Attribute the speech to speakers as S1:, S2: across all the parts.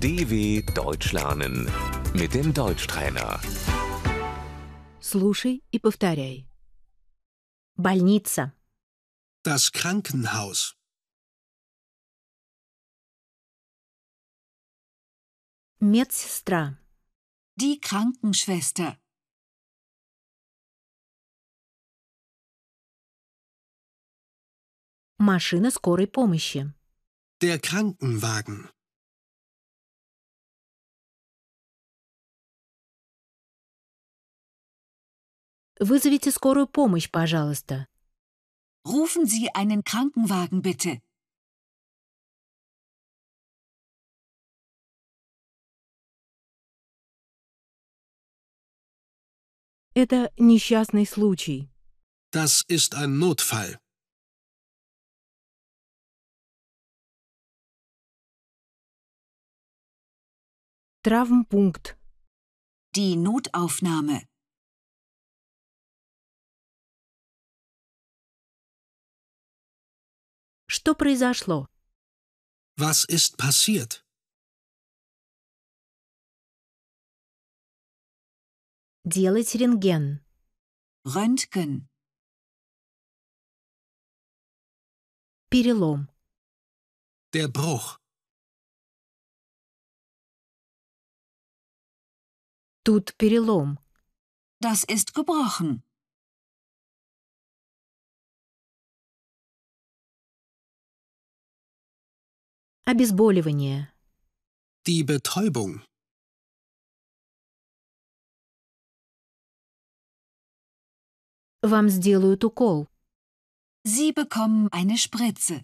S1: DW Deutsch lernen mit dem Deutschtrainer.
S2: Слушай и повторяй. Больница.
S3: Das Krankenhaus.
S2: Медсестра.
S4: Die Krankenschwester.
S2: Машина скорой помощи.
S3: Der Krankenwagen.
S2: Вызовите скорую помощь, пожалуйста.
S4: Rufen Sie einen Krankenwagen bitte.
S2: Это несчастный случай.
S3: Das ist ein Notfall.
S2: Травмпункт.
S4: Die Notaufnahme.
S2: Что произошло?
S3: Was ist passiert?
S2: Делать рентген.
S4: Röntgen.
S2: Перелом.
S3: Der Bruch.
S2: Тут перелом.
S4: Das ist gebrochen.
S2: Обезболивание.
S3: Die Betäubung.
S2: Вам сделают укол.
S4: Sie bekommen eine Spritze.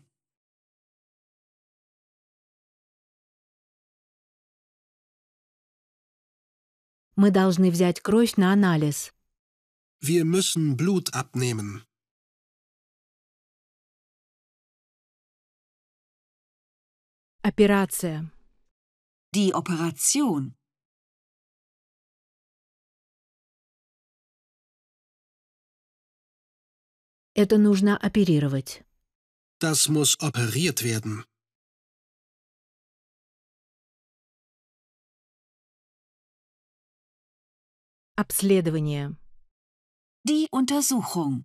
S2: Мы должны взять кровь на анализ.
S3: Wir müssen Blut abnehmen.
S2: Операция.
S4: Die Operation.
S2: Это нужно оперировать.
S3: Das muss operiert werden.
S2: Обследование.
S4: Die Untersuchung.